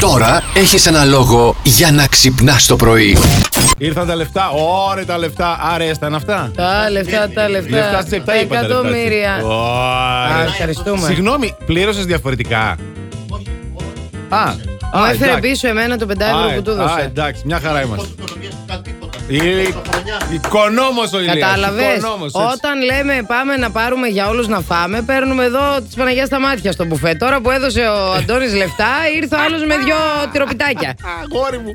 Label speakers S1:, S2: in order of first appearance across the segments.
S1: Τώρα έχεις ένα λόγο για να ξυπνάς το πρωί.
S2: Ήρθαν τα λεφτά, ωραία τα λεφτά. Άρα έσταν αυτά.
S3: Τα λεφτά, τα λεφτά.
S2: Λεφτά στι 7
S3: Τα
S2: είπα. τα λεφτά στις-
S3: εκατομμύρια.
S2: Ωραία.
S3: Α, ευχαριστούμε.
S2: Συγγνώμη, πλήρωσες διαφορετικά. Α,
S3: Μου
S2: α,
S3: έφερε
S2: εντάξει.
S3: πίσω εμένα το 5
S2: Α,
S3: ευρώ που του
S2: ε, Α,
S3: έδωσε.
S2: εντάξει, μια χαρά είμαστε.
S4: Η...
S2: Οικονόμος ο Ηλίας.
S3: Κατάλαβες.
S2: Οικονόμος, έτσι.
S3: Όταν λέμε πάμε να πάρουμε για όλους να φάμε, παίρνουμε εδώ τη Παναγία στα μάτια στο μπουφέ. Τώρα που έδωσε ο Αντώνης λεφτά, ήρθε ο άλλος με δυο τυροπιτάκια.
S2: Αγόρι μου.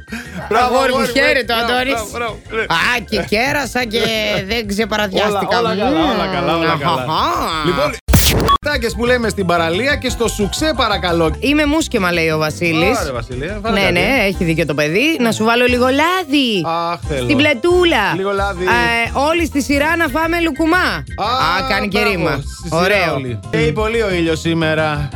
S3: Αγόρι μου, χαίρεται ο
S2: Μπράβο,
S3: Αντώνης.
S2: μπράβο, μπράβο, ναι.
S3: Α, και κέρασα και δεν ξεπαραδιάστηκα.
S2: Όλα, όλα καλά, όλα καλά, όλα
S3: Μμμ,
S2: καλά.
S3: αχαχα.
S2: Λοιπόν, τάκες που λέμε στην παραλία και στο σουξέ παρακαλώ.
S3: Είμαι μουσκεμα, λέει ο Βασίλης.
S2: Ωραία, Βασιλεία, βάλε
S3: Ναι,
S2: κάτι.
S3: ναι, έχει δίκιο το παιδί. Να σου βάλω λίγο λάδι.
S2: Αχ, θέλω.
S3: Την πλατούλα.
S2: Λίγο λάδι.
S3: Ε, όλοι στη σειρά να φάμε λουκουμά. κάνει και
S2: μπράβο,
S3: ρήμα.
S2: στη σειρά
S3: Ωραίο.
S2: όλοι. Καίει πολύ ο ήλιος σήμερα.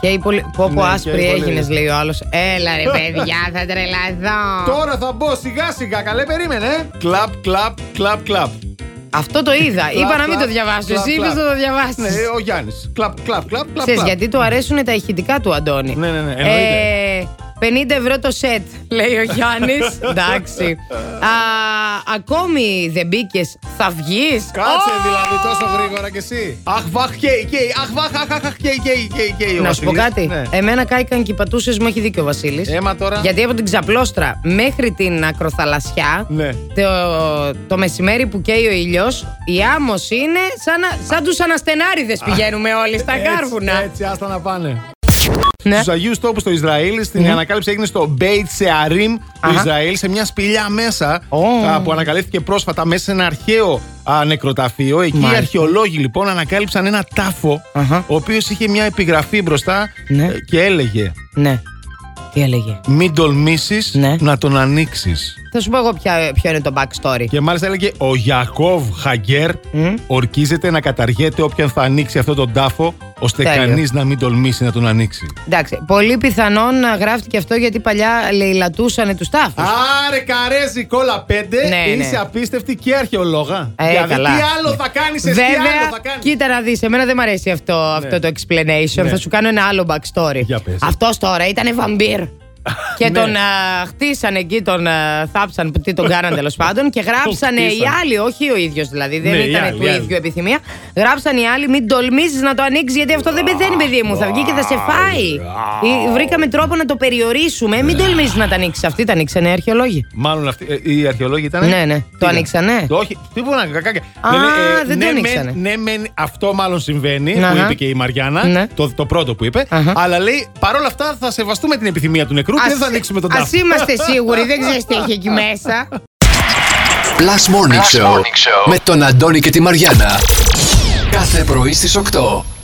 S3: Και η πολυ... Πω πω
S2: Ναι, και
S3: άσπρη
S2: η πολυ-
S3: έγινε, λέει ο άλλος. Έλα ρε παιδιά, θα τρελαθώ.
S2: Τώρα θα μπω σιγά σιγά, καλέ περίμενε. ε. Κλαπ, κλαπ, κλαπ, κλαπ.
S3: Αυτό το είδα. Είπα να μην
S2: κλαπ,
S3: το διαβάσω.
S2: κλαπ,
S3: Εσύ είπες
S2: κλαπ.
S3: να το διαβάσεις.
S2: Ναι, ο Γιάννης. Κλαπ, κλαπ, κλαπ, κλαπ.
S3: Ξέρεις,
S2: κλαπ.
S3: γιατί του αρέσουν τα ηχητικά του, Αντώνη.
S2: Ναι, ναι, ναι,
S3: Ε, 50 ευρώ το σετ, λέει ο Γιάννης. Εντάξει. Α, ακόμη δεν μπήκες, θα βγεις.
S2: Κάτσε δηλαδή τόσο γρήγορα κι εσύ. Αχ, βαχ, καίει, καίει. Αχ, βαχ, αχ, αχ, αχ, καίει, καίει, καίει, καίει. ο
S3: Να σου πω
S2: Βασίλης.
S3: κάτι.
S2: Ναι.
S3: Εμένα κάηκαν και οι πατούσες μου, έχει δίκιο ο Βασίλης.
S2: Έμα τώρα.
S3: Γιατί από την ξαπλώστρα μέχρι την ακροθαλασσιά,
S2: Ναι.
S3: το, το μεσημέρι που καίει ο ήλιος, η άμμος είναι σαν, να- σαν τους αναστενάριδες πηγαίνουμε όλοι στα
S2: Έτσι,
S3: κάρβουνα.
S2: Έτσι, άστα να πάνε.
S3: Ναι.
S2: Στους Αγίους Τόπους στο Ισραήλ, στην ανακάλυψη έγινε στο Μπέιτ Σεαρίμ του
S3: Αχα.
S2: Ισραήλ, σε μια σπηλιά μέσα
S3: Ω.
S2: α, που ανακαλύφθηκε πρόσφατα μέσα σε ένα αρχαίο α, νεκροταφείο. Εκεί οι
S3: Μάλιστα.
S2: αρχαιολόγοι λοιπόν ανακάλυψαν ένα τάφο,
S3: Αχα.
S2: ο οποίος είχε μια επιγραφή μπροστά
S3: Ναι.
S2: ε, και έλεγε:
S3: ναι. Τι έλεγε.
S2: Μην τολμήσεις
S3: Ναι.
S2: να τον ανοίξεις.
S3: Θα σου πω εγώ ποια- ποιο είναι το backstory.
S2: Και μάλιστα έλεγε: Ο Γιακώβ Χαγκέρ
S3: Μμ.
S2: ορκίζεται να καταργέται όποιον θα ανοίξει αυτόν τον τάφο, ώστε
S3: Τέλειο.
S2: κανείς να μην τολμήσει να τον ανοίξει.
S3: Εντάξει, πολύ πιθανόν να γράφτηκε αυτό γιατί παλιά λαιλατούσανε τους τάφους.
S2: Άρε καρέζι κόλλα πέντε,
S3: Ναι,
S2: είσαι
S3: ναι.
S2: απίστευτη και αρχαιολόγα.
S3: Ε,
S2: δηλαδή
S3: καλά.
S2: τι άλλο θα κάνεις εσύ, τι
S3: Βέβαια,
S2: άλλο θα κάνεις.
S3: κοίτα να δεις. Εμένα δεν μου αρέσει αυτό, αυτό το explanation.
S2: Ναι.
S3: Θα σου κάνω ένα άλλο backstory.
S2: Για πες.
S3: Αυτός τώρα ήταν βαμπύρ. και
S2: Ναι.
S3: τον α, χτίσανε εκεί, τον α, θάψαν, τι τον κάναν τέλος πάντων. Και γράψανε οι
S2: χτίσανε.
S3: άλλοι, όχι ο ίδιος δηλαδή, δεν
S2: Ναι, οι άλλοι,
S3: ήταν του
S2: οι άλλοι.
S3: ίδιου επιθυμία. Γράψαν οι άλλοι, μην τολμήσεις να το ανοίξεις, γιατί αυτό δεν πεθαίνει, παιδί μου. Θα βγει και θα σε φάει. Ή Βρήκαμε τρόπο να το περιορίσουμε.
S2: Ναι.
S3: Μην τολμήσεις να το ανοίξει. Αυτή τα ανοίξανε οι αρχαιολόγοι.
S2: Μάλλον αυτοί, ε, οι αρχαιολόγοι ήταν.
S3: Ναι, ναι. Το ανοίξανε.
S2: Το, όχι, τι μπορεί να κακάκια.
S3: Α, δεν το
S2: ναι,
S3: ανοίξανε.
S2: μεν- ναι, μεν, αυτό μάλλον συμβαίνει,
S3: Να,
S2: που
S3: να.
S2: είπε και η Μαριάννα,
S3: Ναι.
S2: το, το πρώτο που είπε.
S3: Αχα.
S2: Αλλά λέει, παρόλα αυτά θα σεβαστούμε την επιθυμία του νεκρού και δεν θα ανοίξουμε τον τάφο.
S3: Ας είμαστε σίγουροι, δεν ξέρεις τι έχει εκεί μέσα.
S1: Plus Morning, Show, με τον Αντώνη και τη Μαριάνα. Κάθε πρωί στις 8.